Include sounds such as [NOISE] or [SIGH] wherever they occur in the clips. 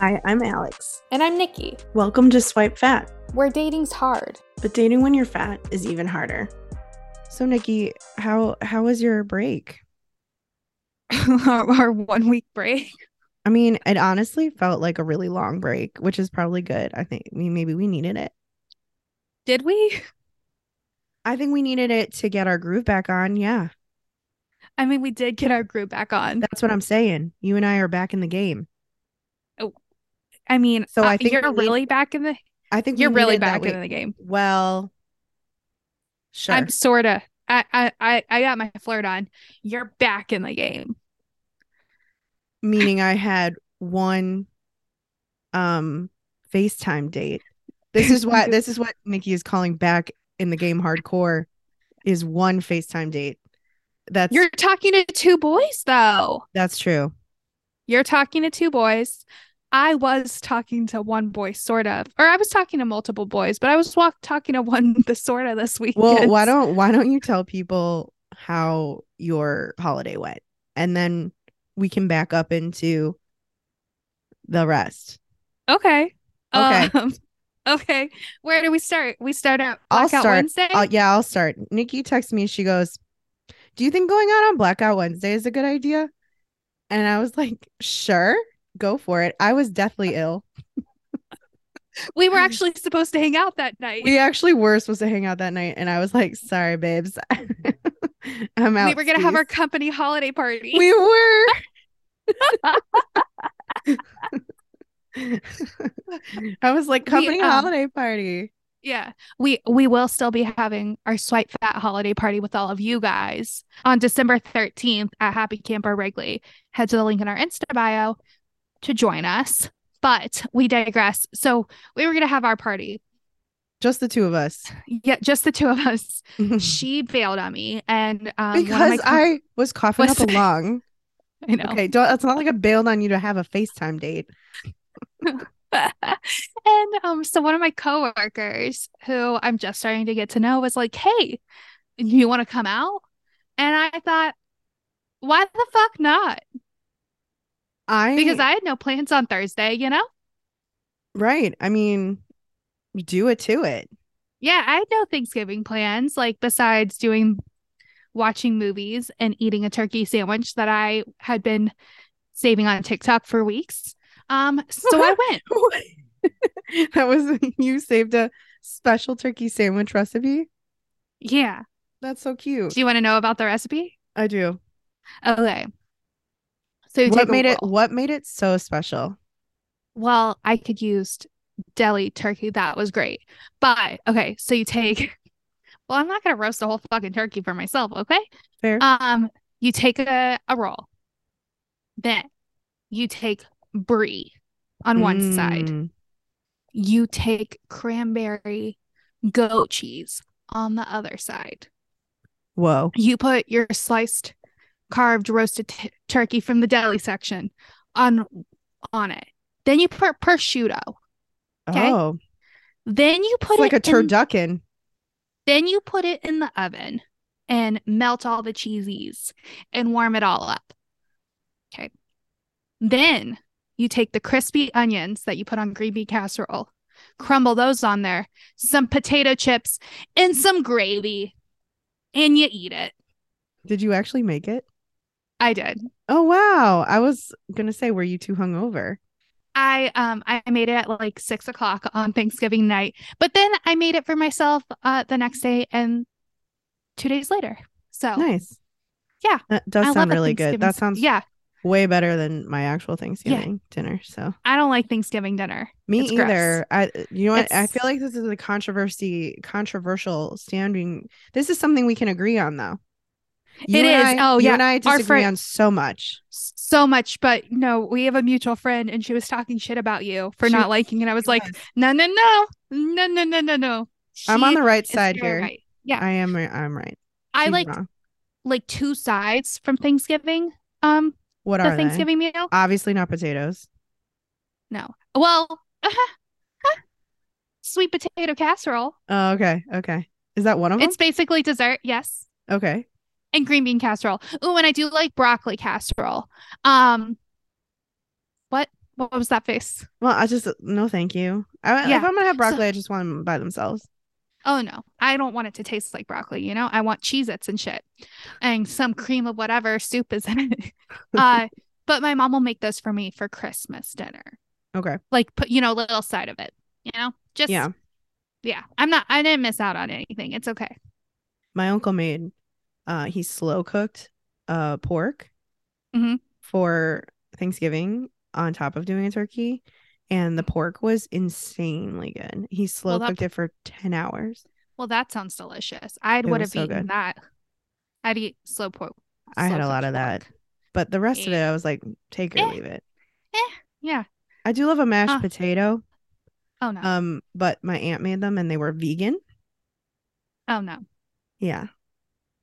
Hi, I'm Alex. And I'm Nikki. Welcome to Swipe Fat, Where dating's hard. but dating when you're fat is even harder. So Nikki, how how was your break? [LAUGHS] our, our one week break. I mean, it honestly felt like a really long break, which is probably good. I think I mean, maybe we needed it. Did we? I think we needed it to get our groove back on. Yeah, I mean, we did get our group back on. that's what I'm saying. You and I are back in the game. I mean, So I uh, think you're we need- really back in the I think we you're really needed that back we- in the game. Well, sure. I'm sorta. I, I I I got my flirt on. You're back in the game. Meaning I had one um FaceTime date. This is why this is what Nikki is calling back in the game hardcore is one FaceTime date. That's You're talking to two boys though. that's true. You're talking to two boys. I was talking to one boy, sort of, or I was talking to multiple boys, but I was walk- talking to one, [LAUGHS] the sort of this weekend. Well, why don't why don't you tell people how your holiday went, and then we can back up into the rest. Okay. Okay. Um, [LAUGHS] okay. Where do we start? We start out I'll Blackout start. Wednesday. Uh, yeah, I'll start. Nikki texts me. She goes, "Do you think going out on Blackout Wednesday is a good idea?" And I was like, "Sure, go for it." I was deathly ill. we were actually supposed to hang out that night. Mm. We actually were supposed to hang out that night, and I was like, "Sorry, babes, [LAUGHS] I'm out." We were gonna have our skis." company holiday party. We were. [LAUGHS] I was like We, company um, holiday party. yeah, we we will still be having our swipe fat holiday party with all of you guys on December thirteenth at Happy Camper Wrigley. Head to the link in our Insta bio to join us. But we digress. So we were gonna have our party. Just the two of us. Yeah, just the two um, [LAUGHS] of us. because She bailed on me, and um, one of my co- I was coughing up a was- lung. I know. Okay, don't, it's not like I bailed on you to have a FaceTime date. and um, so one of my coworkers who I'm just starting to get to know was like, "Hey, you want to come out?" And I thought, "Why the fuck not?" I Because I had no plans on Thursday, you know. right. I mean, do it to it. [LAUGHS] Yeah, I had no Thanksgiving plans, like besides doing watching movies and eating a turkey sandwich that I had been saving on TikTok for weeks. Um, so [LAUGHS] I went. that was [LAUGHS] you saved a special turkey sandwich recipe. Yeah. That's so cute. Do you want to know about the recipe? I do. Okay. So you What take a made it? roll. What made it so special? Well, I could use deli turkey. That was great. But okay, so you take, [LAUGHS] well, I'm not gonna roast the whole fucking turkey for myself, okay? Fair. Um, you take a, a roll. Then you take brie on one side. Mm, You take cranberry goat cheese on the other side. Whoa. You put your sliced, carved, roasted t- turkey from the deli section on on it. Then you put prosciutto. Okay. Oh, Then you put it's like a it in, turducken. then you put it in the oven and melt all the cheesies and warm it all up. Okay. Then you take the crispy onions that you put on green bean casserole, crumble those on there, some potato chips and some gravy, and you eat it. Did you actually make it? I did. Oh wow. I was gonna say, were you too hungover? I um I made it at like six o'clock on Thanksgiving night, but then I made it for myself uh the next day and two days later. So Nice. Oh. Yeah. That I does love sound a really good. Thanksgiving That s- sounds Yeah, way better than my actual Thanksgiving dinner. So I don't like Thanksgiving dinner. me It's gross. either. I you know what? I It's- feel like this is a controversy controversial standing. This is something we can agree on though. You It and is. I- Oh, You yeah. and I Our disagree friend- on so much. S- So much, but no, we have a mutual friend and she was talking shit about you for She was- not liking it. I was like, Yes. no, no, no, no, no, no, no, no. I'm on She the right is side very here. right. Yeah, I am right. I'm right. I She's like wrong. like two sides from Thanksgiving. Um, what the are they? Thanksgiving meal. Obviously not potatoes. No, well, [LAUGHS] sweet potato casserole. Oh, okay. Okay. Is that one of them? It's basically dessert. Yes. Okay. and green bean casserole. Oh, and I do like broccoli casserole. Um, what What was that face? Well, I just no, thank you. I, Yeah, If I'm gonna have so- broccoli, I just want them by themselves. Oh no, I don't want it to taste like broccoli, you know? I want Cheez Its and shit and some cream of whatever soup is [LAUGHS] in it. uh, but my mom will make those for me for Christmas dinner. Okay. Like put, you know, a little side of it, you know? Just, Yeah. yeah. Yeah. I'm not, I didn't miss out on anything. It's okay. My uncle made, uh, he slow cooked, uh, pork, Mhm. for Thanksgiving on top of doing a turkey, and the pork was insanely good. He slow that cooked it for ten hours. Well, that sounds delicious. I It was would have so eaten good. that. I'd eat slow pork. I had a lot of that, but the rest of it, Yeah. I was like, take or Eh. leave it. Yeah. I do love a mashed Huh. potato, Oh no. um, but my aunt made them and they were vegan. oh no. Yeah.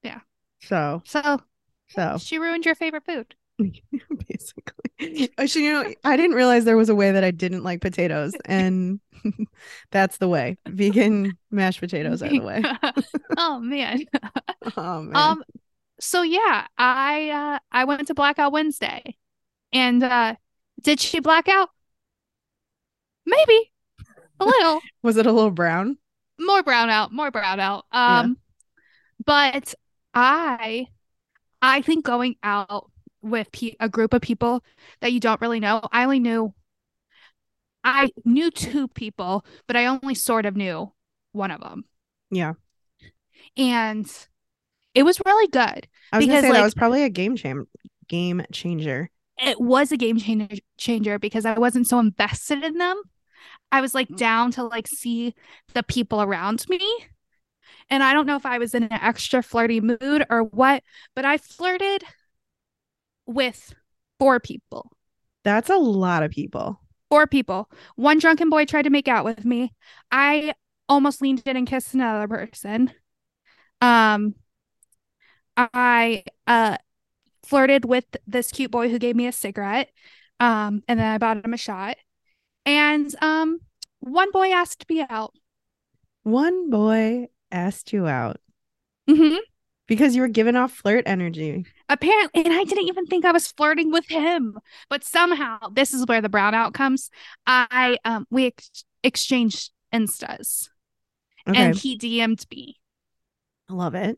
Yeah. So, So so she ruined your favorite food. [LAUGHS] basically. Actually, you know, I didn't realize there was a way that I didn't like [LAUGHS] potatoes, and [LAUGHS] that's the way. Vegan mashed potatoes are the [LAUGHS] way. oh [LAUGHS] man. Oh man. Um so yeah, I uh I went to Blackout Wednesday. And uh did she black out? Maybe. A little. was it a little brown? more brown out, more brown out. Yeah. Um but I I think going out with pe- a group of people that you don't really know. I only knew I knew two people, but I only sort of knew one of them. Yeah. And it was really good. I was gonna Because, say that like- was probably a game cham- game changer. It was a game changer changer because I wasn't so invested in them. I was like down to like see the people around me. And I don't know if I was in an extra flirty mood or what, but I flirted with four people. That's a lot of people. four people. One drunken boy tried to make out with me. I almost leaned in and kissed another person. Um, I uh flirted with this cute boy who gave me a cigarette. Um, and then I bought him a shot. And um, one boy asked me out. One boy asked you out hmm because you were giving off flirt energy. Apparently, and I didn't even think I was flirting with him, but somehow this is where the brownout comes. I um, we ex- exchanged instas, Okay, and he DM'd me. I love it.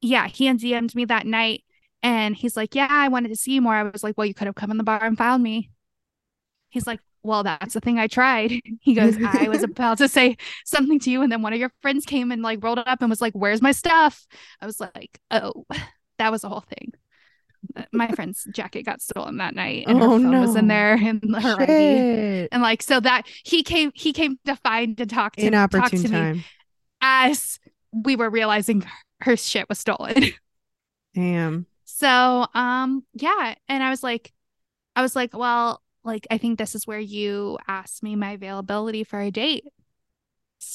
yeah, he had DM'd me that night and he's like, Yeah, I wanted to see you more. I was like, Well, you could have come in the bar and found me. He's like, Well, that's the thing I tried. [LAUGHS] He goes, [LAUGHS] I was about to say something to you. And then one of your friends came and like rolled it up and was like, Where's my stuff? I was like, Oh, [LAUGHS] that was the whole thing. Uh, My friend's jacket got stolen that night and her Oh, phone was in no. there and her ID. Shit. And like so that he came he came to find to talk to, talk Inopportune to me time. as we were realizing her shit was stolen. Damn. So, um, yeah, and I was like, I was like, well, like I think this is where you asked me my availability for a date.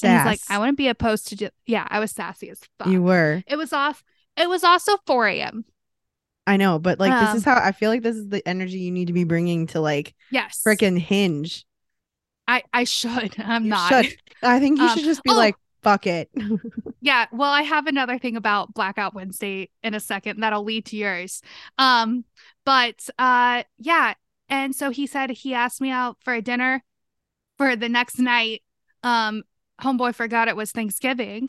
And he's like, Sass. I wouldn't be opposed to. Do-. Yeah, I was sassy as fuck. You were. It was off. It was also 4 a.m. I know, but like this is Um, how I feel like this is the energy you need to be bringing to like Yes, freaking hinge. I I should. [LAUGHS] I'm You not. should. [LAUGHS] I think you Um, should just be oh! like, fuck it. [LAUGHS] Yeah, well, I have another thing about Blackout Wednesday in a second that'll lead to yours. Um, but uh yeah, and so he said he asked me out for a dinner for the next night. Um, homeboy forgot it was Thanksgiving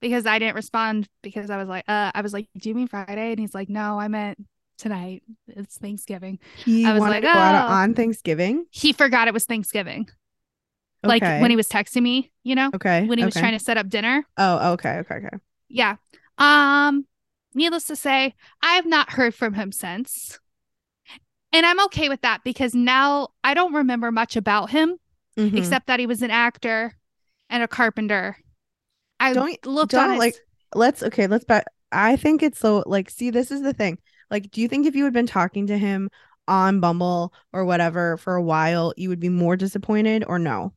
because I didn't respond because I was like, uh, I was like, Do you mean Friday? And he's like, No, I meant tonight. It's Thanksgiving. He I was wanted like, to go out "Oh." on Thanksgiving. He forgot it was Thanksgiving. Like Okay. when he was texting me, you know, okay. when he was okay. trying to set up dinner. Oh, okay, okay, okay. Yeah. Um, needless to say, I have not heard from him since. And I'm okay with that because now I don't remember much about him Mhm. except that he was an actor and a carpenter. I Don't- looked don't, on his- like- let's okay, let's back. I think it's so like, see, this is the thing. Like, do you think if you had been talking to him on Bumble or whatever for a while, you would be more disappointed or no?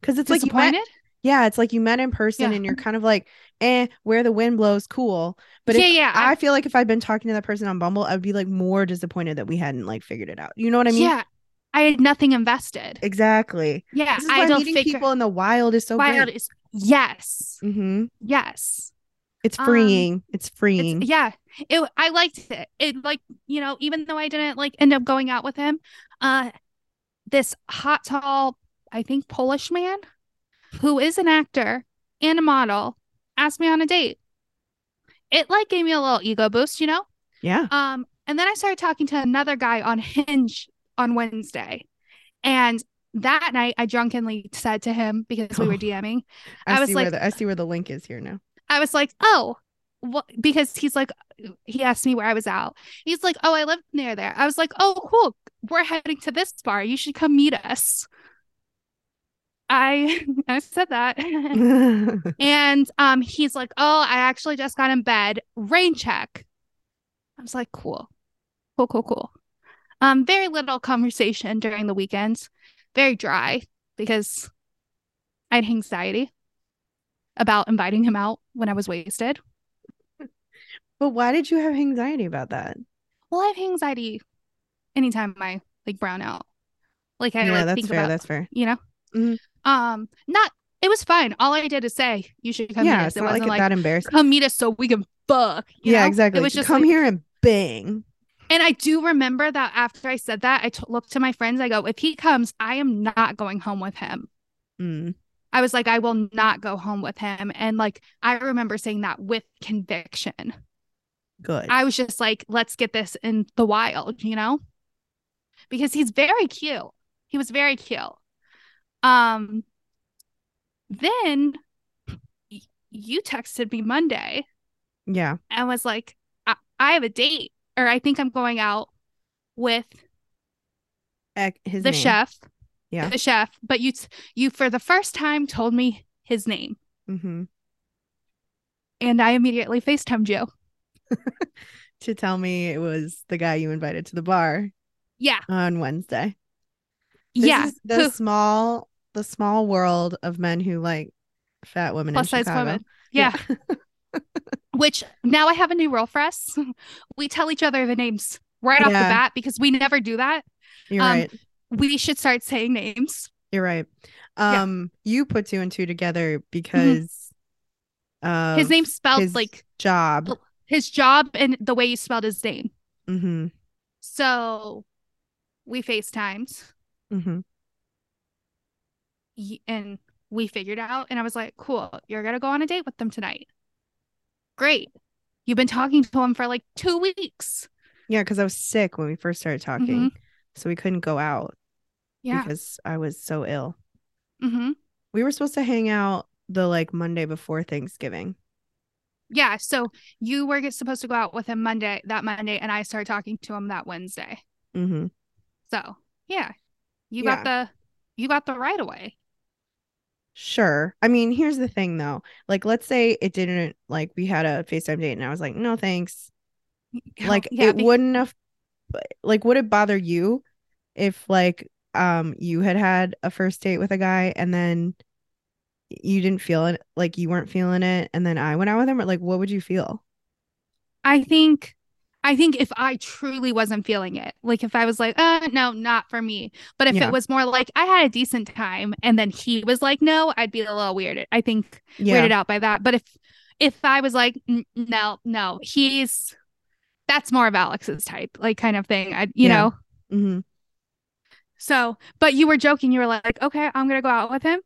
Because it's like you met disappointed. Yeah, it's like you met in person Yeah. and you're kind of like, eh, where the wind blows, cool. But yeah, if, yeah, I feel like if I'd been talking to that person on Bumble, I would be like more disappointed that we hadn't like figured it out. You know what I mean? yeah. I had nothing invested. Exactly. Yeah, This is I why don't meeting figure people in the wild is so wild great. is yes, hmm yes. It's Um, freeing. it's It's- freeing. yeah, it I liked it. It like, you know, even though I didn't like end up going out with him, uh this hot tall, I think Polish man who is an actor and a model asked me on a date. It like gave me a little ego boost, you know? Yeah. Um, and then I started talking to another guy on Hinge on Wednesday. And that night I drunkenly said to him because we were DMing, I, I was see where like- the, I see where the link is here now. I was like, oh, what? Because he's like, he asked me where I was out. He's like, oh, I live near there. I was like, oh, cool. We're heading to this bar. You should come meet us. I [LAUGHS] I said that. and um, he's like, oh, I actually just got in bed. Rain check. I was like, cool, cool, cool, cool. Um, very little conversation during the weekends. Very dry because I had anxiety about inviting him out when I was wasted. [LAUGHS] but why did you have anxiety about that? Well, I have anxiety anytime I like brown out. Like I yeah, like, that's think fair. about that's fair. you know. Mhm. Um, not it was fine. All I did is say you should come meet yeah, us. it's It not like, wasn't it's like, that embarrassing. come meet us so we can fuck. you yeah, know? exactly. It was just come like- here and bang. And I do remember that after I said that, I t- looked to my friends. I go, if he comes, I am not going home with him. Mm. I was like, I will not go home with him. And like, I remember saying that with conviction. Good. I was just like, let's get this in the wild, you know? Because he's very cute. He was very cute. Um then y- you texted me Monday yeah. and was like, I, I have a date or I think I'm going out with Ec- His the name. chef. Yeah. The chef. But you t- you for the first time told me his name. Mhm. And I immediately FaceTimed you. To tell me it was the guy you invited to the bar Yeah. on Wednesday. This yeah. is the Who- small the small world of men who like fat women plus in size Chicago. woman. Yeah. [LAUGHS] Which now I have a new rule for us. [LAUGHS] We tell each other the names right off the Yeah. bat because we never do that. You're Um, right. We should start saying names. You're right. yeah. Mm-hmm. Um you put two and two together because uh his name spelled his like Oh. job. his job and the way you spelled his name. Mm-hmm. So we FaceTimed Mm-hmm. y- and we figured out. And I was like, cool, you're going to go on a date with them tonight. Great. You've been talking to him for like two weeks. Yeah, because I was sick when we first started talking. Mhm. So we couldn't go out Yeah. because I was so ill. hmm We were supposed to hang out the like Monday before Thanksgiving. Yeah. So you were get- supposed to go out with him Monday, that Monday. And I started talking to him that Wednesday. Mm-hmm. So yeah, you got the you got the right [LAUGHS] away. Sure. I mean, here's the thing though. Like, let's say it didn't like we had a FaceTime date and I was like, no thanks. Oh, Like it be- wouldn't have like would it bother you if like um you had had a first date with a guy and then you didn't feel it like you weren't feeling it and then I went out with him or like what would you feel? I think I think if I truly wasn't feeling it, like if I was like, uh, no, not for me. But if Yeah. it was more like I had a decent time, and then he was like, no, I'd be a little weirded. I think weirded out by that. But if if I was like, "N- no, no, he's that's more of Alex's type, like kind of thing. I, you Yeah. know, Mm-hmm. So, but you were joking. You were like, okay, I'm going to go out with him.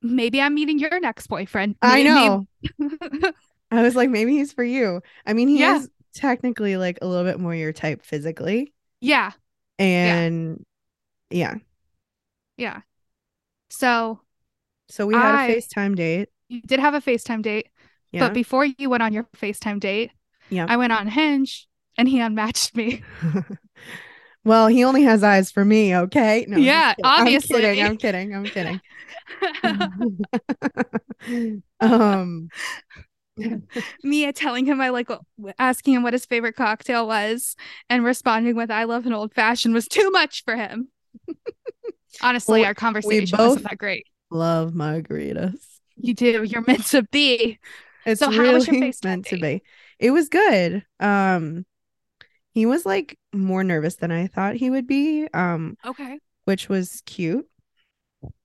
Maybe I'm meeting your next boyfriend. I May- know. [LAUGHS] may- I was like, maybe he's for you. I mean, he Yeah. is technically like a little bit more your type physically. yeah. And yeah. Yeah. So So we had I- a FaceTime date. you did have a FaceTime date, Yeah. but before you went on your FaceTime date, Yeah. I went on Hinge and he unmatched me. [LAUGHS] well, he only has eyes for me. Okay. No, I'm just Yeah, kidding. I'm obviously. kidding, I'm kidding. I'm kidding. Mm-hmm. [LAUGHS] [LAUGHS] um, Mia telling him I like w- asking him what his favorite cocktail was and responding with I love an old fashioned was too much for him. [LAUGHS] Honestly, Well, our conversation both- wasn't that great. love margaritas. You do. You're meant to be. It's So really how was your FaceTime meant to date? be. It was good. Um, he was like more nervous than I thought he would be. Um, Okay. which was cute.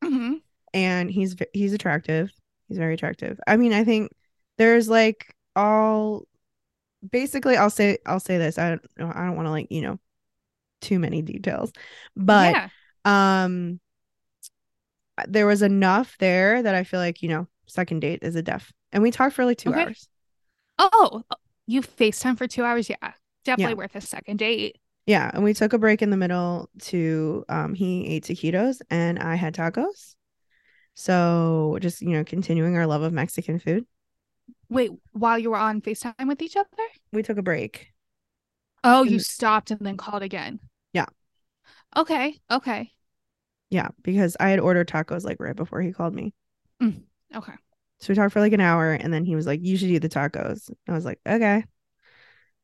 hmm and he's v- he's attractive. He's very attractive. I mean, I think there's like all basically I'll say I'll say this. I don't know I don't want to like, you know, too many details. But yeah. um there was enough there that I feel like, you know, second date is a def. And we talked for like 2 Okay. hours. Oh, you FaceTime for two hours. Yeah. Definitely Yeah. worth a second date. Yeah, and we took a break in the middle to um he ate taquitos and I had tacos. So just, you know, continuing our love of Mexican food. Wait, while you were on FaceTime with each other? We took a break. Oh, you And- stopped and then called again. Yeah. Okay. Okay. Yeah, because I had ordered tacos like right before he called me. Okay. So we talked for like an hour and then he was like, You should eat the tacos. I was like, Okay.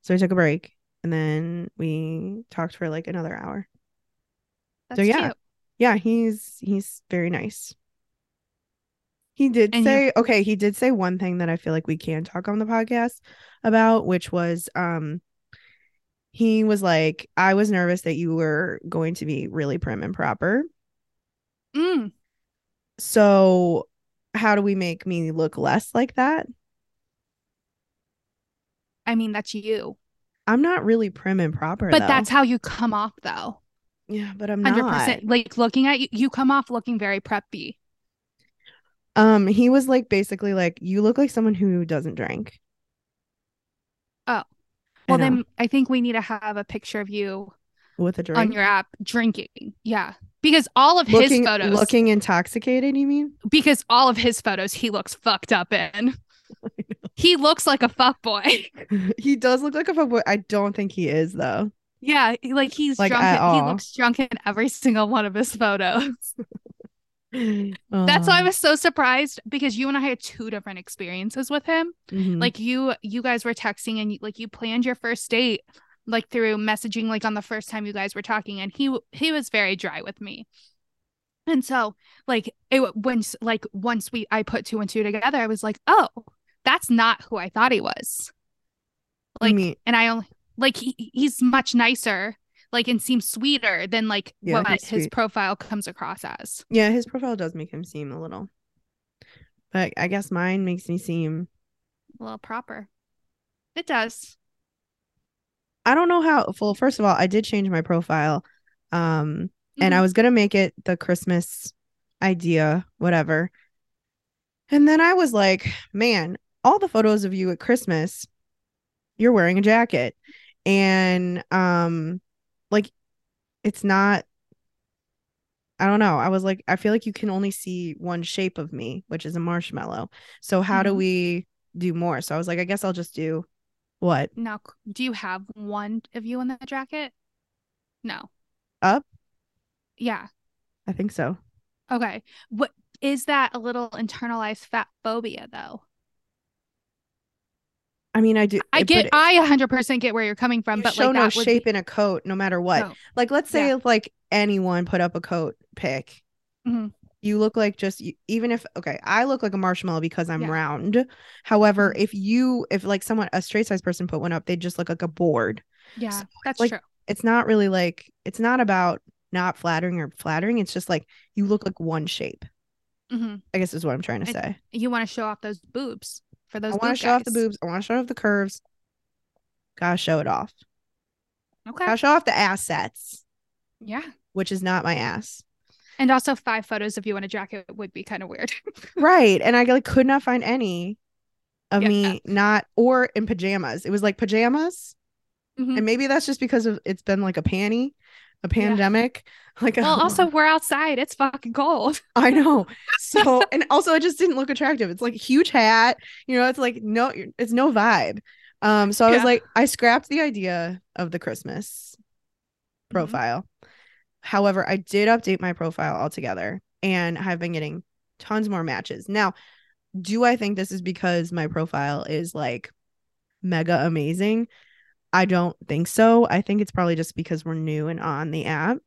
So we took a break and then we talked for like another hour. That's So, yeah. cute. Yeah, he's he's very nice. He did And you- say okay, he did say one thing that I feel like we can talk on the podcast about, which was um he was like, I was nervous that you were going to be really prim and proper. Mm. So how do we make me look less like that? I mean, that's you. I'm not really prim and proper, But though. that's how you come off though. yeah, but I'm Hundred not. percent. Like looking at you, you come off looking very preppy. Um, he was like basically like you look like someone who doesn't drink. Oh. well Well, then then I think we need to have a picture of you with a on drink, your app drinking. Yeah, because all of looking his photos, looking intoxicated. You mean? [LAUGHS] because all of his photos, he looks fucked up in. He looks like a fuck boy. he does look like a fuckboy. I don't think he is [GASPS] though. [LAUGHS] yeah, he- like he's Like, drunk. at in- He all. looks drunk in every single one of his photos. That's why I Um, was so surprised because you and I had two different experiences with him. mhm. like you you guys were texting and you- like you planned your first date like through messaging like on the first time you guys were talking and he w- he was very dry with me and so like it w- once like once we i put two and two together i was like oh that's not who i thought he was You like mean- and i only like he, he's much nicer like and seems sweeter than like Yeah, what he's his sweet. profile comes across as yeah, his profile does make him seem a little. But I guess mine makes me seem. a little proper it does I don't know how. Well, first of all, I did change my profile. Um, Mm-hmm. and I was gonna make it the Christmas idea, whatever. And then I was like, man, all the photos of you at Christmas, you're wearing a jacket. And um like it's not I don't know. I was like, I feel like you can only see one shape of me, which is a marshmallow. So how do Mhm. we do more? So I was like, I guess I'll just do what? Now, c- do you have one of you in the jacket? No. Up? Yeah. I think so. Okay. What is that a little internalized fat phobia though? I mean, I do I it- get but I 100% get where you're coming from, you but show like no that would be- shape in a coat no matter what. No. like let's say Yeah. if like anyone put up a coat pic Mhm. you look like just you, even if okay i look like a marshmallow because i'm Yeah. round however Mhm. if you if like someone a straight size person put one up they just look like a board Yeah, So, that's like, true. it's not really like it's not about not flattering or flattering it's just like you look like one shape hmm i guess is what i'm trying to I- say You want to show off those boobs for i those want to boob show off the guys. boobs i want to show off the curves gotta show it off Okay. gotta show off the assets Yeah. which is not my ass And also five photos of you in a jacket would be kind [LAUGHS] of weird. Right. And I like could not find any of Yeah. me not or in pajamas. It was like pajamas. Mhm. And maybe that's just because of it's been like a panty, a pandemic. [LAUGHS] Like I Well, don't also know. we're outside. It's fucking cold. I know. So and also it just didn't look attractive. It's like huge hat. You know, it's like no it's no vibe. Um so I was Yeah. like I scrapped the idea of the Christmas profile. However, I did update my profile altogether and I've been getting tons more matches. Now, do I think this is because my profile is like mega amazing? I don't think so. I think it's probably just because we're new and on the app.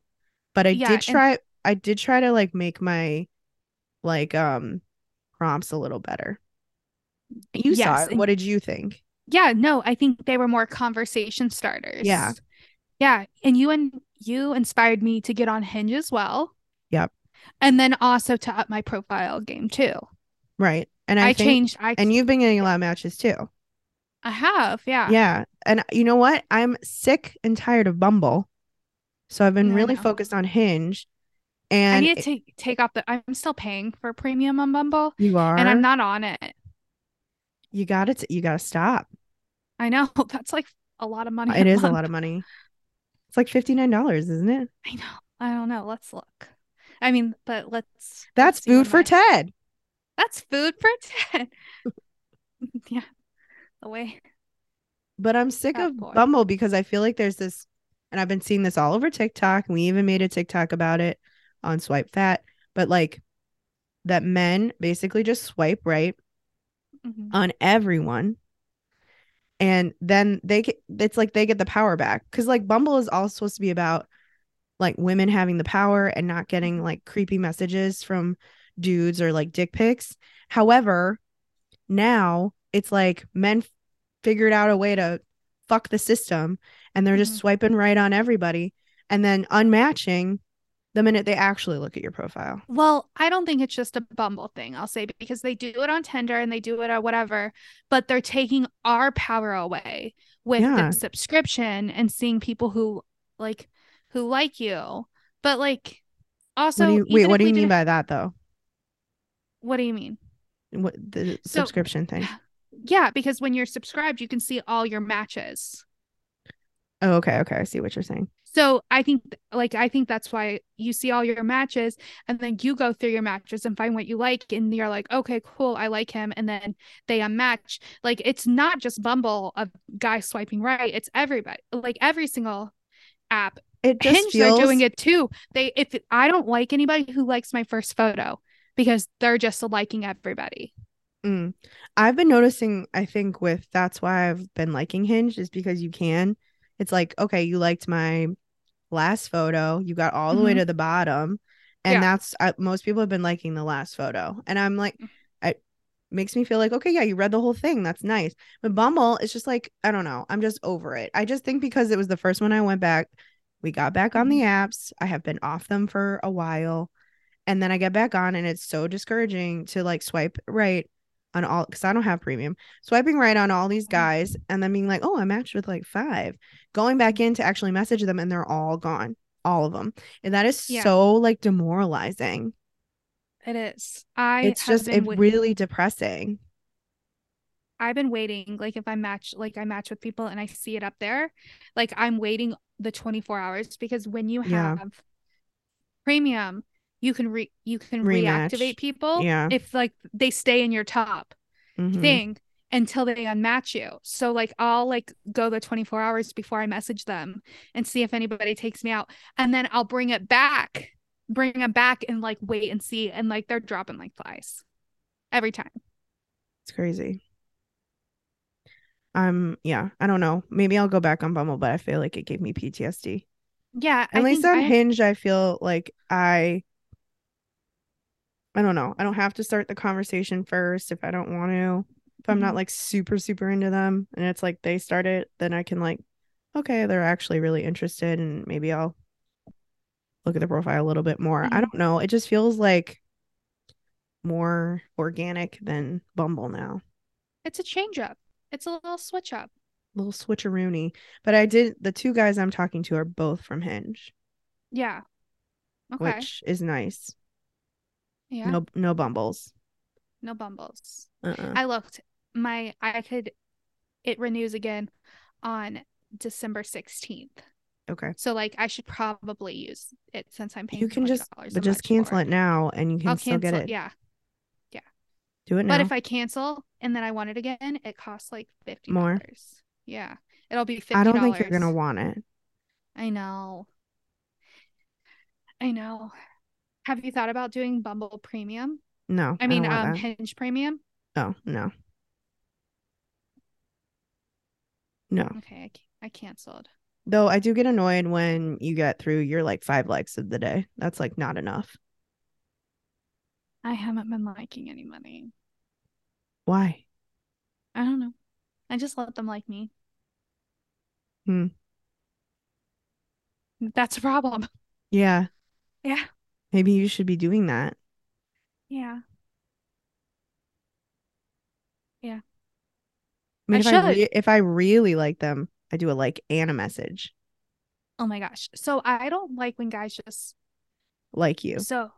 But I Yeah, did and- try I did try to like make my like um prompts a little better. You saw Yes, it. and- What did you think? Yeah, no, I think they were more conversation starters. Yeah. Yeah, and you and you inspired me to get on Hinge as well. Yep. And then also to up my profile game too. Right. And I, I, think, changed I and you've been getting a lot of matches too. I have, yeah. Yeah. And you know what? I'm sick and tired of Bumble. So I've been Yeah, I really know. focused on Hinge. I And need to take take off the I'm still paying for premium on Bumble you are and I'm not on it. you got it you got to stop. I know [LAUGHS] that's like a lot of money. It is a lot of money. It's like $59, isn't it? I know. I don't know. Let's look. I mean, but let's let's That's see what food for my- Ted. That's food for [LAUGHS] [LAUGHS] ten. yeah. The way But I'm sick That of boy. Bumble because I feel like there's this, and I've been seeing this all over TikTok. And we even made a TikTok about it on Swipe Fat, but like that men basically just swipe right Mhm. on everyone. And then they get, it's like they get the power back because like Bumble is all supposed to be about like women having the power and not getting like creepy messages from dudes or like dick pics. However, now it's like men f- figured out a way to fuck the system and they're just Mhm. swiping right on everybody and then unmatching the minute they actually look at your profile. Well, I don't think it's just a Bumble thing, I'll say, because they do it on Tinder and they do it on whatever, but they're taking our power away with Yeah. the subscription and seeing people who like who like you. But like also what do you, wait, even what do if we you mean didn't- by that though? what do you mean? What the So- subscription thing? Yeah, because when you're subscribed, you can see all your matches. Oh, okay, okay. I see what you're saying. So I think th- like I think that's why you see all your matches and then you go through your matches and find what you like and you're like, okay, cool, I like him. And then they unmatch. Like it's not just Bumble of guys swiping right. It's everybody like every single app. It just Hinge feels they're doing it too. They if I don't like anybody who likes my first photo because they're just liking everybody. Mm. I've been noticing, I think, with that's why I've been liking Hinge is because you can. It's like, okay, you liked my last photo, you got all the way Mhm. to the bottom, and Yeah. that's I, most people have been liking the last photo, and I'm like, Mm. it makes me feel like, okay, yeah, you read the whole thing, that's nice. But Bumble, it's just like, I don't know, I'm just over it. I just think because it was the first one I went back, we got back on the Mm-hmm. apps. I have been off them for a while, and then I get back on, and it's so discouraging to like swipe right on all because I don't have premium, swiping right on all these Mhm. guys and then being like, oh, I matched with like five, going back in to actually message them and they're all gone, all of them. And that is Yeah. so like demoralizing. It is. I it's have just, been it with- really depressing. I've been waiting. Like if I match, like I match with people and I see it up there, like I'm waiting the 24 hours because when you Yeah. have premium, you can re you can Rematch. reactivate people Yeah. if like they stay in your top Mhm. thing until they unmatch you. So like I'll like go the 24 hours before I message them and see if anybody takes me out. And then I'll bring it back, bring them back and like wait and see. And like they're dropping like flies every time. It's crazy. Um, yeah, I don't know. Maybe I'll go back on Bumble, but I feel like it gave me PTSD. Yeah. I At least think on I- Hinge, I feel like I I don't know. I don't have to start the conversation first if I don't want to. If I'm not Mhm. like super, super into them and it's like they start it, then I can like, okay, they're actually really interested and maybe I'll look at the profile a little bit more. I Mhm. don't know. It just feels like more organic than Bumble now. It's a change up. It's a little switch up. Little switcheroony. But I did the two guys I'm talking to are both from Hinge, Yeah. Okay. which is nice. yeah. No, No no bumbles. bumbles. Uh-uh. I looked. My I could it renews again on December 16th. Okay. So like I should probably use it since I'm paying You can just $20 a but just month cancel for it now and you can I'll still cancel get it. it. Yeah. Do it now. But if I cancel and then I want it again, it costs like $50. More. Yeah. It'll be $50. I don't think you're gonna want it. I know. I know. Have you thought about doing Bumble Premium? No. I mean, don't um, want Hinge Premium. that. oh no. No. Okay, I, c- I canceled. Though I do get annoyed when you get through your like five likes of the day. That's like not enough. I haven't been liking anybody. Why? I don't know. I just let them like me. Hmm. That's a problem. [LAUGHS] Yeah. Yeah. Maybe you should be doing that. Yeah. Yeah. I mean, I if I should. re- if I really like them, I do a like and a message Oh my gosh. So I don't like when guys just like you, so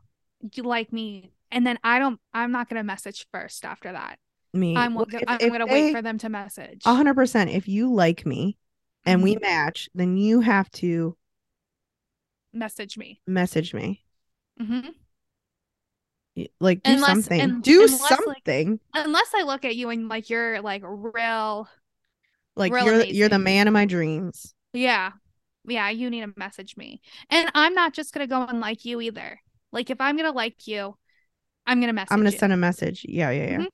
you like me and then I don't I'm not gonna message first after that. me. I'm, Well, go- if- I'm if gonna they- wait for them to message. A hundred percent. If you like me and Mm-hmm. we match, then you have to message me. message me. hmm Y- Like do Unless- something. un- do unless, like, something. Unless I look at you and like you're like real Like, real you're you're the amazing. man of my dreams. Yeah. Yeah, you need to message me. And I'm not just gonna go and like you either. Like if I'm gonna like you, I'm gonna message I'm gonna you. send a message. Yeah, yeah, yeah. Mhm.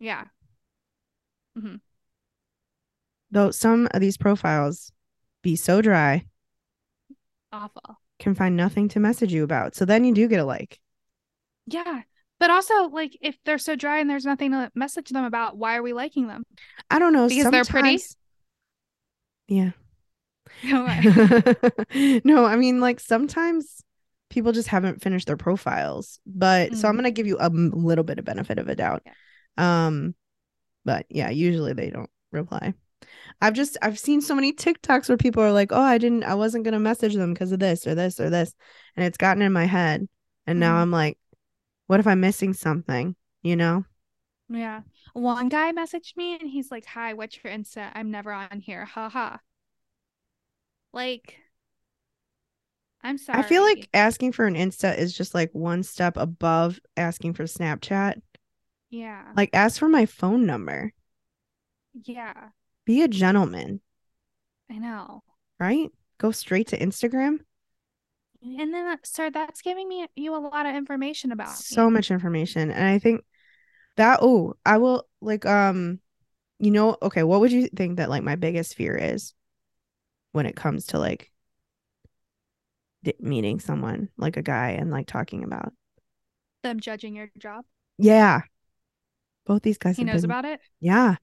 Yeah. Though some of these profiles be so dry, Awful. can find nothing to message you about. So then you do get a like. Yeah. But also like if they're so dry and there's nothing to message them about, why are we liking them? [LAUGHS] I don't know. Because they're pretty? sometimes- Yeah. Why? [LAUGHS] no, I mean, like sometimes people just haven't finished their profiles, but so I'm Mm. going to give you a m- little bit of benefit of a doubt. Um, but yeah, usually they don't reply. I've just I've seen so many TikToks where people are like, "Oh, I didn't, I wasn't gonna message them because of this or this or this," and it's gotten in my head, and now Mhm. I'm like, "What if I'm missing something?" You know? yeah. One guy messaged me and he's like, Hi, what's your Insta? I'm never on here. Ha ha. Like I'm sorry. I feel like asking for an Insta is just like one step above asking for Snapchat. Yeah. Like, ask for my phone number. Yeah. Be a gentleman, I know. right? Go straight to Instagram. And then, uh, sir, that's giving me you a lot of information about So me. much information. And I think that, oh, I will like, um, you know, okay, what would you think that like my biggest fear is when it comes to like d- meeting someone like a guy and like talking about? them judging your job. Yeah. Both these guys He have knows been- about it. yeah.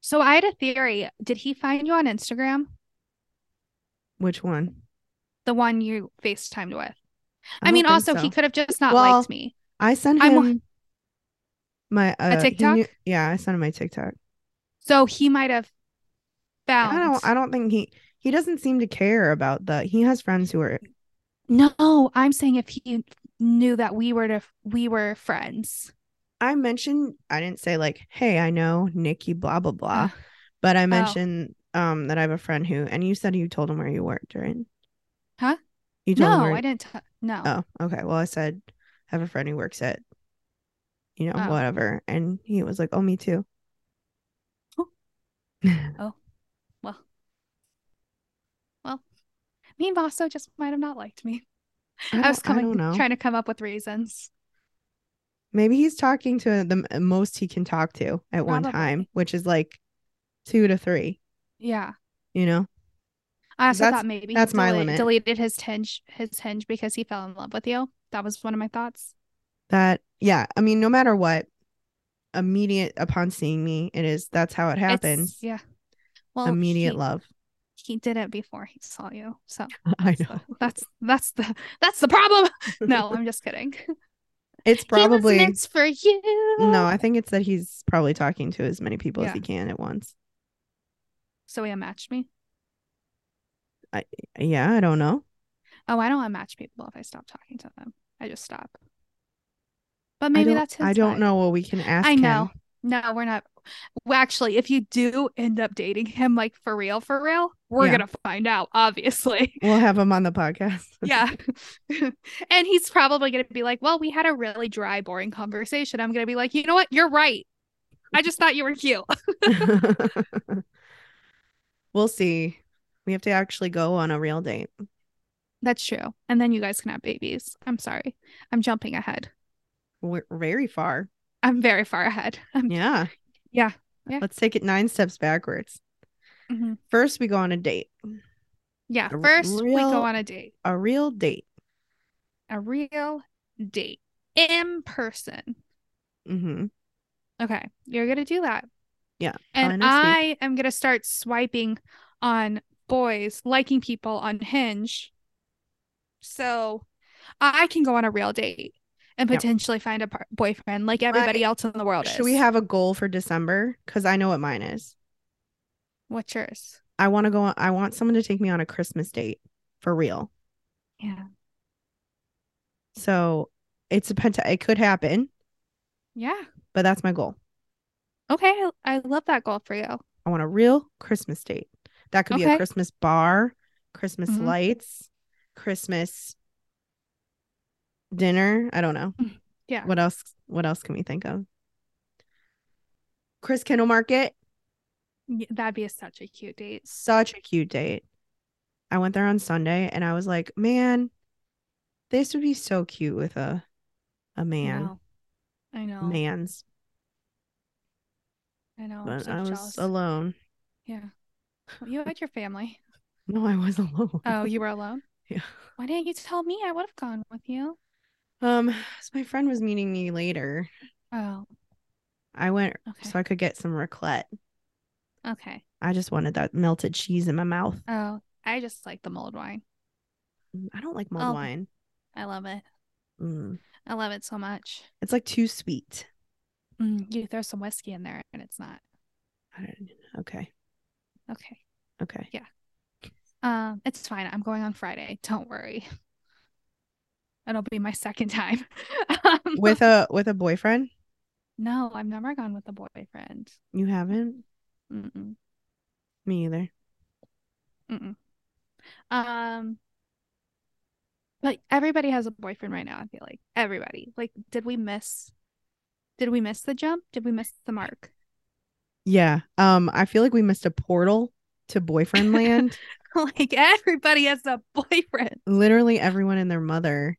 So I had a theory. Did he find you on Instagram? Which one? The one you FaceTimed I with. I, don't mean, think also he so. could have just not Well, liked me. I sent I'm him wa- my uh, he TikTok? knew- yeah, I sent him my TikTok. So he might have found. I don't. I don't think he. He doesn't seem to care about the. He has friends who are. No, I'm saying if he knew that we were to, we were friends. I mentioned. I didn't say like, hey, I know Nikki, blah blah blah, Ah. but Oh. I mentioned um that I have a friend who. And you said you told him where you worked, right? Huh? You told him. No, where- I didn't. T- no. Oh, okay. Well, I said I have a friend who works at, you know, Oh. whatever, and he was like, oh, me too. Oh. Well, well, me and Vaso just might have not liked me. I, don't- was coming, I don't know. trying to come up with reasons. Maybe he's talking to the m- most he can talk to at one Probably. time, which is like two to three, Yeah, you know? I also That's- thought maybe he that's my dele- limit. Deleted his hinge, his hinge because he fell in love with you. That was one of my thoughts. That, yeah. I mean, no matter what, immediate upon seeing me, it is that's how it happens. It's, yeah. Well, immediate he, love. [LAUGHS] He did it before he saw you, so I so that's that's the that's the problem. [LAUGHS] No, I'm just kidding. [LAUGHS] It's probably he was meant for you. no, I think it's that he's probably talking to as many people as Yeah. he can at once. so he unmatched me. Yeah, I don't know. Oh, I don't unmatch people if I stop talking to them. I just stop. But maybe I don't, that's his. I don't vibe. know what we can ask. I know. him. No, we're not. Well, actually, if you do end up dating him, like for real, for real, we're Yeah. gonna find out, obviously. [LAUGHS] We'll have him on the podcast. yeah. [LAUGHS] and he's probably gonna be like, Well, we had a really dry, boring conversation. I'm gonna be like, you know what? You're right. I just thought you were cute. [LAUGHS] [LAUGHS] we'll see. We have to actually go on a real date. That's true. And then you guys can have babies. I'm sorry. I'm jumping ahead. We're very far. I'm very far ahead. [LAUGHS] I'm- Yeah. Mm. Yeah. Yeah. Let's take it nine steps backwards. Mhm. First, we go on a date, Yeah. A r- First, we real- go on a date, a real date. a real date in person. Mm-hmm. Okay, you're gonna do that. Yeah, probably And next week. I am gonna start swiping on boys, liking people on Hinge. So I can go on a real date. and Yep. potentially find a par- boyfriend like everybody else in the world Should we is. have a goal for December? Because I know what mine is. What's yours? I want to go. on- I want someone to take me on a Christmas date for real. Yeah. So it's a pent. It could happen, Yeah. but that's my goal. Okay. I, I love that goal for you. I want a real Christmas date. That could be a Okay. Christmas bar, Christmas Mhm. lights, Christmas dinner. I don't know. Mm, yeah. What else? What else can we think of? Chris Kindle Market, Y- That'd be such a cute date. such a cute date. I went there on Sunday and I was like, man, this would be so cute with a a man. No. I know. Man's. I know. I'm But so I was jealous. alone. [LAUGHS] yeah. Well, you had your family. No, I was alone. Oh, you were alone? Yeah. Why didn't you tell me? I would have gone with you. Um, so my friend was meeting me later. Oh, I went okay. so I could get some raclette. Okay. I just wanted that melted cheese in my mouth. Oh, I just like the mulled wine. Mm, I don't like mulled Oh. wine. I love it. Mm. I love it so much. It's like too sweet. Mm, you throw some whiskey in there and it's not. I don't, okay. Okay. [LAUGHS] Okay. Um, it's fine. I'm going on Friday. Don't worry. [LAUGHS] It'll be my second time. [LAUGHS] Um, With a with a boyfriend? [LAUGHS] no, I've never gone with a boyfriend. You haven't? Mm-mm, Me either. mm-mm. Um, like everybody has a boyfriend right now, I feel like. Everybody. Like, did we miss did we miss the jump? Did we miss the mark? [LAUGHS] Yeah. Um, I feel like we missed a portal to [LAUGHS] boyfriend land. Like everybody has a [LAUGHS] boyfriend. Literally everyone and their mother.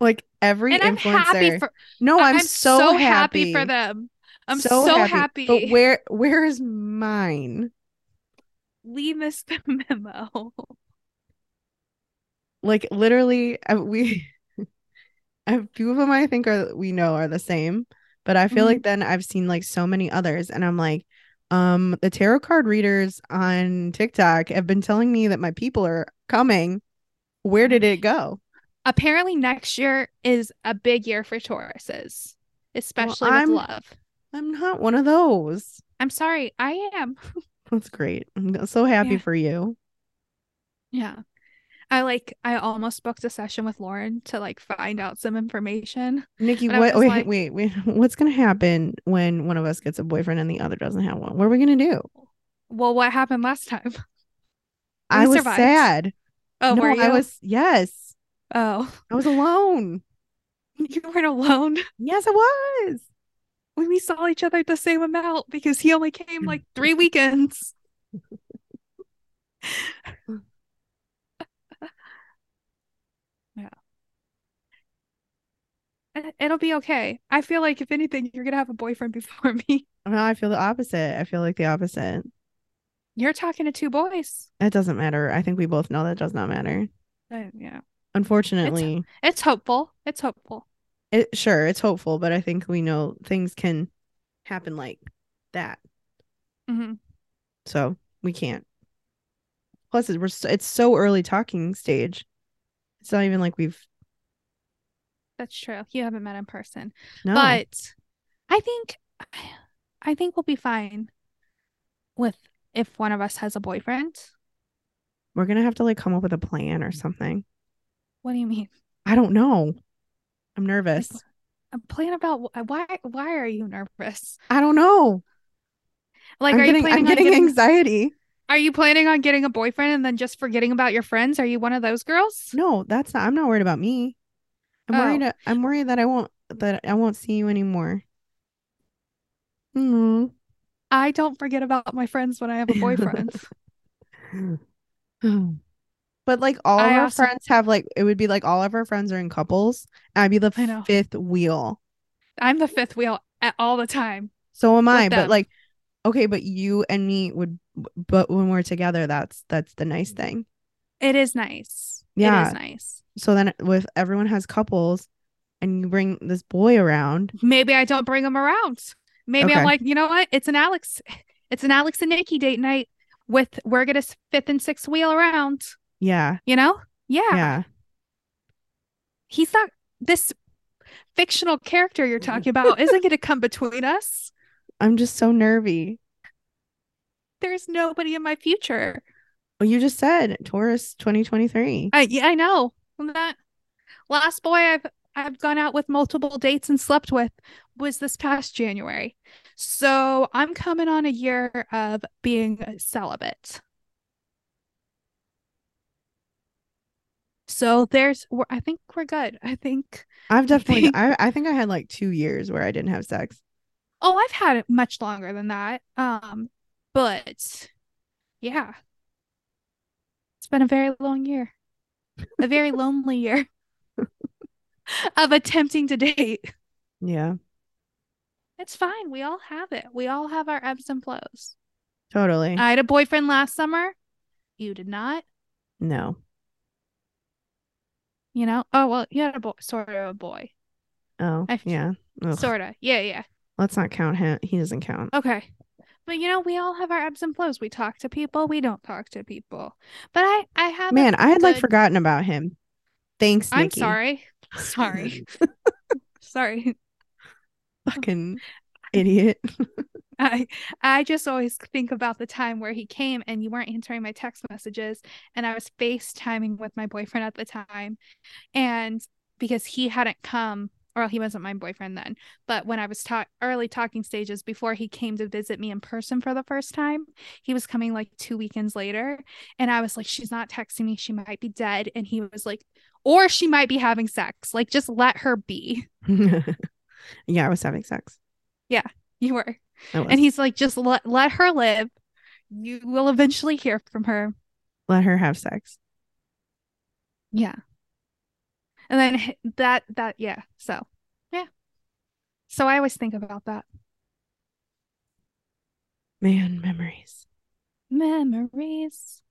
like every And I'm happy influencer. for no, I'm, Oh, I'm so, happy for them. I'm So so, happy. happy. But where where is mine? we missed the [LAUGHS] memo. like literally I, we [LAUGHS] a few of them i think are we know are the same but i feel Mhm. like then i've seen like so many others and i'm like um the tarot card readers on tiktok have been telling me that my people are coming where did it go Apparently, next year is a big year for Tauruses, especially I'm- with love. i'm not one of those I'm sorry, I am. that's great i'm so happy Yeah. for you Yeah. I like, I almost booked a session with Lauren to like find out some information. nikki But I what was wait, like- wait wait [LAUGHS] what's gonna happen when one of us gets a boyfriend and the other doesn't have one what are we gonna do Well, what happened last time? i was survived. sad Oh, no were i you? was yes Oh, [LAUGHS] i was alone you weren't alone. Yes, it was. We we saw each other the same amount because he only came [LAUGHS] like three weekends. yeah. It- It'll be okay. I feel like if anything, you're gonna have a boyfriend before [LAUGHS] me. No, I feel the opposite. I feel like the opposite. You're talking to two boys. It doesn't matter. I think we both know that does not matter. Uh, yeah. Unfortunately, It's hopeful. It's hopeful. it sure it's hopeful, but I think we know things can happen like that. hmm So we can't. Plus, it- we're so, it's so early talking stage. It's not even like we've That's true. You haven't met in person, no. but I think I think we'll be fine with if one of us has a boyfriend. we're gonna have to like come up with a plan or something. What do you mean? I don't know. I'm Like, nervous. A plan about wh- why? Why are you nervous? I don't know. Like, I'm are you getting, I'm planning getting on getting? anxiety. Are you planning on getting a boyfriend and then just forgetting about your friends? Are you one of those girls? No, that's not. I'm not worried about me. I'm worried. Oh. a- I'm worried that I won't that I won't see you anymore. Hmm. Mm-hmm. I don't forget about my friends when I have [LAUGHS] a boyfriend. [SIGHS] But like all of I our also- friends have like it would be like all of our friends are in couples. And I'd be the I know. fifth wheel. I'm the fifth wheel at all the time. So am I. But them. like, okay, but you and me would. But when we're together, that's that's the nice thing. It is nice. It Yeah. is nice. So then, with everyone has couples, and you bring this boy around. Maybe I don't bring them around. Maybe Okay. I'm like, you know what? It's an Alex, it's an Alex and Nikki date night with we're gonna s- fifth and sixth wheel around. Yeah. You know? Yeah. Yeah. he's not this fictional character you're talking about isn't going to come between us. I'm just so nervy. There's nobody in my future. Well, you just said Taurus 2023. I yeah, I know. I'm not last boy I've I've gone out with multiple dates and slept with was this past January. So I'm coming on a year of being celibate. So there's, we're, I think we're good. I think, I've definitely think- I, I think I had like two years where I didn't have sex. oh, I've had it much longer than that. Um, but yeah, it's been a very long year, a very lonely year [LAUGHS] of attempting to date. Yeah, It's fine. We all have it. We all have our ebbs and flows. totally. I had a boyfriend last summer. You did not. no. You know? Oh well, you had a boy, sort of a boy, Oh, I- yeah. Ugh. sort of. Yeah, yeah. Let's not count him. He doesn't count. Okay. But you know, we all have our ebbs and flows. We talk to people. We don't talk to people. But I, I have. Man, I had like good- forgotten about him. Thanks, I'm Nikki. [LAUGHS] sorry. Sorry. sorry. [LAUGHS] Fucking idiot. [LAUGHS] I I just always think about the time where he came and you weren't answering my text messages and I was FaceTiming with my boyfriend at the time and because he hadn't come or he wasn't my boyfriend then but when I was ta- early talking stages before he came to visit me in person for the first time he was coming like two weekends later and I was like she's not texting me she might be dead and he was like or she might be having sex like just let her be [LAUGHS] yeah, I was having sex. you were I was. And he's like, just let let her live. You will eventually hear from her. let her have sex. Yeah. And then h- that that yeah. So yeah. So I always think about that Man, memories. memories.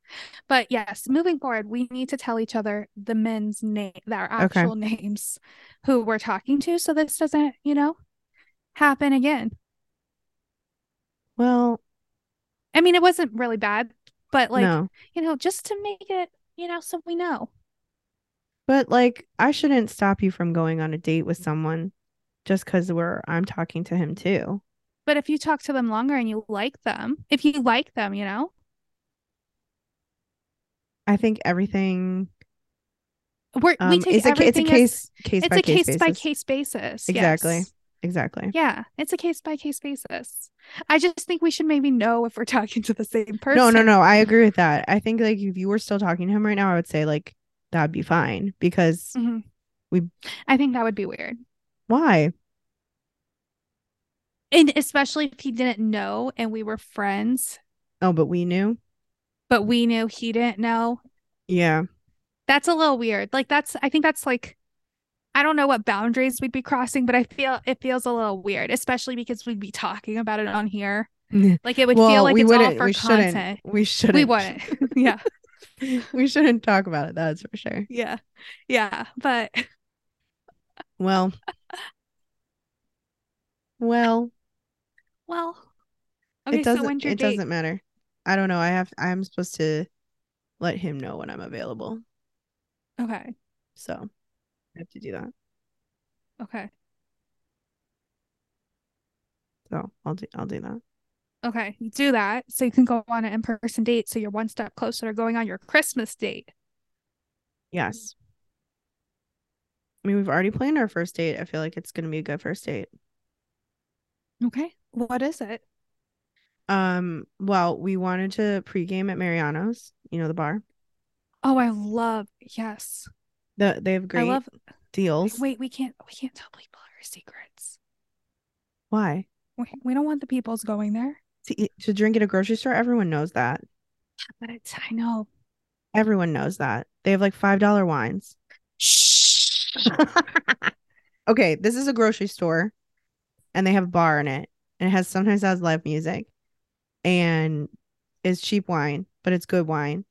But yes, moving forward, we need to tell each other the men's name, their Okay. actual names, who we're talking to, so this doesn't you know happen again. Well, I mean, it wasn't really bad, but like no, you know, just to make it you know so we know. but like I shouldn't stop you from going on a date with someone just because we're I'm talking to him too. But if you talk to them longer and you like them, if you like them, you know, I think everything we're, um, we take is a, ca- it's a everything as- case case it's by a case case by basis. case basis. Exactly. yes. Exactly. Yeah, it's a case by case basis. I just think we should maybe know if we're [LAUGHS] talking to the same person. No, no, no. I agree with that. I think like if you were still talking to him right now, I would say like that'd be fine because Mhm. We- I think that would be weird, why? and especially if he didn't know and we were friends, Oh, but we knew. but we knew he didn't know. Yeah. That's a little weird. Like that's I think that's like I don't know what boundaries we'd be crossing, but I feel it feels a little weird, especially because we'd be talking about it [LAUGHS] on here. Like it would feel like we it's all wouldn't- for we shouldn't- content. We shouldn't. We wouldn't. [LAUGHS] yeah. [LAUGHS] we shouldn't talk about it. That's for sure. Yeah. Yeah. But [LAUGHS] Well. Well, well. Okay, it doesn't. so when's your it date? doesn't matter. I don't know. I have. I'm supposed to let him know when I'm available. Okay. So I have to do that. Okay. So I'll do. I'll do that. Okay. You do that. So you can go on an in person date so you're one step closer to going on your Christmas date. Yes. I mean, we've already planned our first date. I feel like it's going to be a good first date. Okay. What is it? Um, well, we wanted to pregame at Mariano's, you know, the bar. Oh, I love yes. The, they have great I love deals. wait, we can't we can't tell people our secrets. Why? We, we don't want the peoples going there. To eat, to drink at a grocery store, everyone knows that. But it's, I know. Everyone knows that. They have like $5 wines. Shh. [LAUGHS] Okay, this is a grocery store and they have a bar in it. And it has sometimes has live music and it's cheap wine, but it's good wine.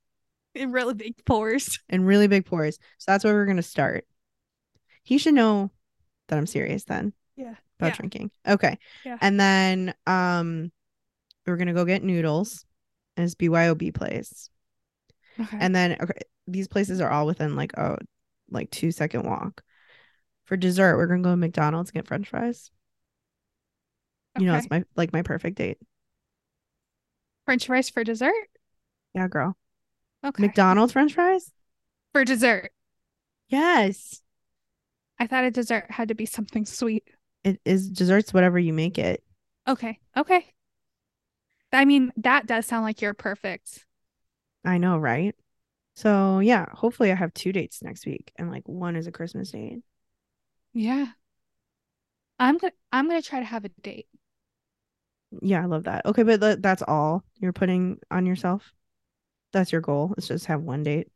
In really big pores. and really big pores. So that's where we're gonna start. He should know that I'm serious then Yeah. about Yeah. drinking. Okay. Yeah. And then um we're gonna go get noodles and it's BYOB place. Okay. And then okay, these places are all within like a like two second walk. for dessert, we're gonna go to McDonald's and get French fries. You know, Okay. it's my like my perfect date. French fries for dessert. Yeah, girl. Okay. McDonald's French fries? for dessert. Yes. I thought a dessert had to be something sweet. It is desserts whatever you make it. Okay. Okay. I mean, that does sound like you're perfect. I know, right? So yeah, hopefully I have two dates next week and like one is a Christmas date. Yeah. I'm gonna I'm gonna try to have a date. Yeah, I love that. Okay, but tha- that's all you're putting on yourself. That's your goal. It's just have one date.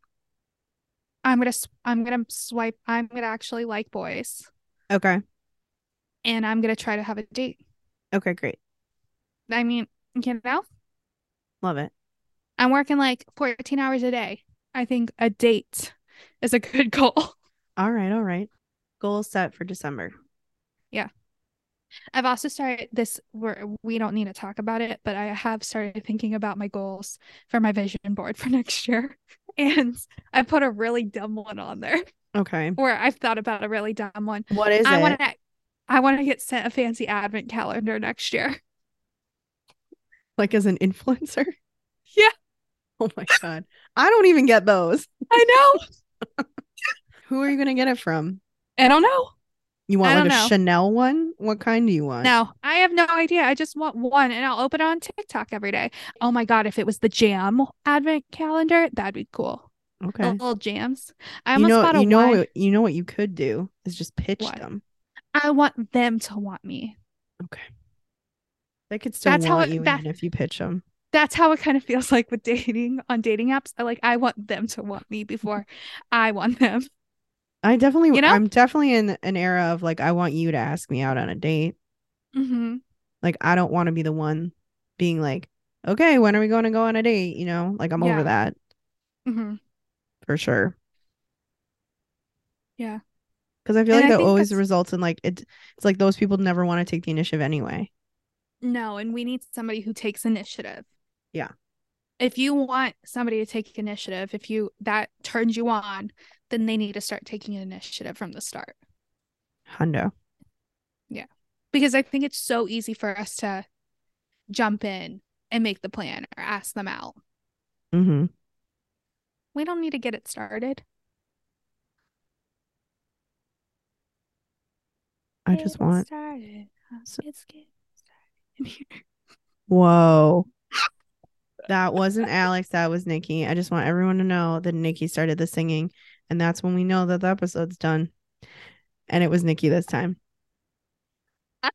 I'm gonna s- I'm gonna swipe. I'm gonna actually like boys, Okay. and I'm gonna try to have a date. Okay, great. I mean, you know, Love it. I'm working like 14 hours a day. I think a date is a [LAUGHS] good goal. All right, all right. Goal set for December. I've also started this. We're, we don't need to talk about it, but I have started thinking about my goals for my vision board for [LAUGHS] next year. And I put a really dumb one on there, Okay. or I've thought about a really dumb one. What is I it? want to, I want to get sent a fancy advent calendar [LAUGHS] next year. like as an influencer? [LAUGHS] Yeah. [LAUGHS] Oh my god. I don't even get those. I know. Who are you going to get it from? I don't know. You I want like don't a know. Chanel one? What kind do you want? No, I have no idea. I just want one and I'll open it on TikTok every day. Oh my God, if it was the jam advent calendar, that'd be cool. The Okay. little Oh, jams. I you almost know bought a you know one. what, you know what you could do is just pitch What? them. I want them to want me. Okay. They could still That's how want it- you that- even if you pitch them. That's how it kind of feels [LAUGHS] like with dating on dating apps. I like I want them to want me [LAUGHS] before I want them. I definitely, You know? I'm definitely in an era of like, I want you to ask me out on a date. hmm Like, I don't want to be the one being like, okay, when are we going to go on a date? You know, like I'm Yeah. over that hmm for sure. Yeah. Cause I feel And I like that think always that's- results in like, it, it's like those people never want to take the initiative anyway. No, and we need somebody who takes initiative. Yeah. If you want somebody to take initiative, if you that turns you on, then they need to start taking initiative from the start. Hundo. because I think it's so easy for us to jump in and make the plan or ask them out. Mm-hmm. We don't need to get it started. I just want, started. So- Let's get started. whoa. [LAUGHS] That wasn't Alex. That was Nikki. I just want everyone to know that Nikki started the singing. And that's when we know that the episode's done. And it was Nikki this time. Ah,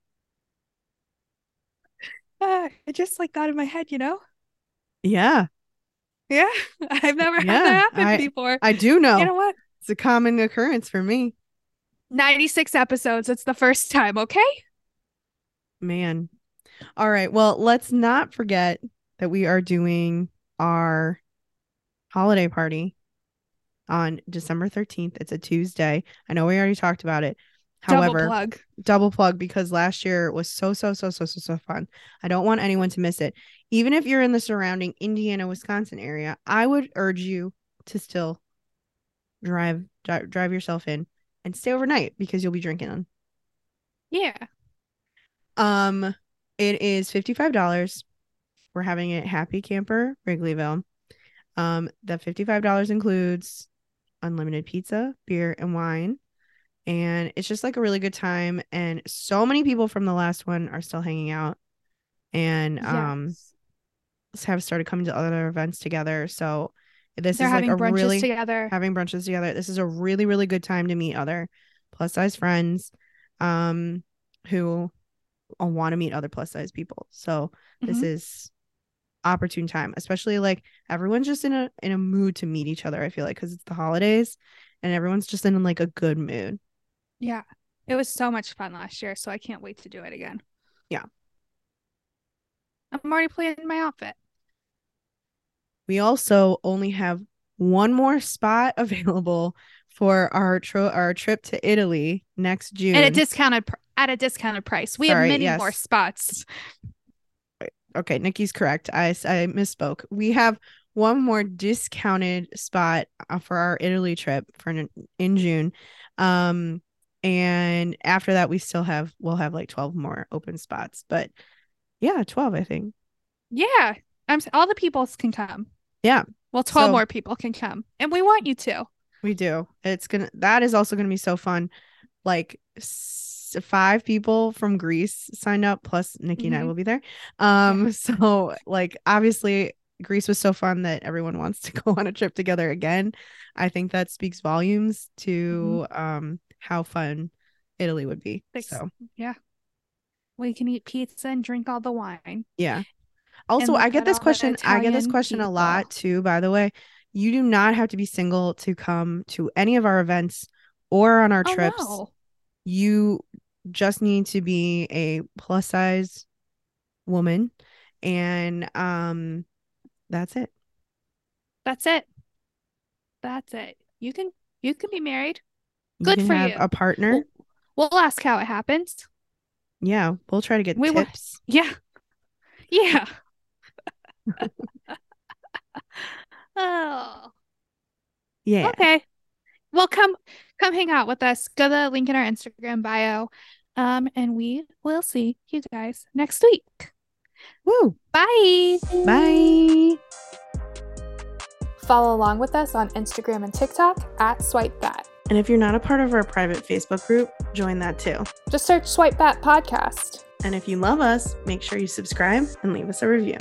[LAUGHS] it just like got in my head, you know? Yeah. Yeah. [LAUGHS] I've never had Yeah, that happen I- before. I do know. You know what? it's a common occurrence for me. 96 episodes. It's the first time, okay? Man. All right. Well, let's not forget that we are doing our holiday party on December 13th. It's a Tuesday. I know we already talked about it. However, Double plug. double plug because last year was so so so so so so fun. I don't want anyone to miss it. Even if you're in the surrounding Indiana, Wisconsin area, I would urge you to still drive dri- drive yourself in and stay overnight because you'll be drinking. Yeah. Um it is $55. We're having it Happy Camper Wrigleyville. Um the $55 includes unlimited pizza, beer and wine. And it's just like a really good time and so many people from the last one are still hanging out and um Yes. have started coming to other events together. So this They're is like having a brunches really together. having brunches together. This is a really, really good time to meet other plus size friends um who want to meet other plus size people. So this Mhm. is opportune time, especially like everyone's just in a in a mood to meet each other, I feel like, because it's the holidays and everyone's just in like a good mood. Yeah. It was so much fun last year, so I can't wait to do it again. Yeah. I'm already planning my outfit. We also only have one more spot [LAUGHS] available for our tro- our trip to Italy next June. At a discounted pr- at a discounted price. We Sorry, have many more yes. spots. okay, Nikki's correct. I, s- I misspoke. We have one more discounted spot uh, for our Italy trip for n- in June. Um, And after that, we still have we'll have like 12 more open spots. But yeah, 12, I think. Yeah. I'm s- all the peoples can come. Yeah. Well, 12 So- more people can come. And we want you to. We do. It's gonna that is also gonna be so fun. Like s- five people from Greece signed up, plus Nikki and I Mhm. will be there. Um, [LAUGHS] so like obviously Greece was so fun that everyone wants to [LAUGHS] go on a trip together again. I think that speaks volumes to um how fun Italy would be. Mm-hmm. Thanks. So We can eat pizza and drink all the wine. yeah. Also, we've I got get this all that question. I get this Italian question a people. lot too, by the way. You do not have to be single to come to any of our events or on our Oh, trips. no. you just need to be a plus size woman and um that's it That's it. That's it. You can you can be married. You Good can for have you. a partner Well, We'll ask how it happens. yeah we'll try to get We wa- tips Yeah. [LAUGHS] [LAUGHS] Yeah. [LAUGHS] oh. yeah Okay. Well, come come hang out with us. Go to the link in our Instagram bio. Um, and we will see you guys next week. woo Bye. bye Follow along with us on Instagram and TikTok at Swipe Bat. And if you're not a part of our private Facebook group, join that too. Just search Swipe Bat Podcast. And if you love us, make sure you subscribe and leave us a review.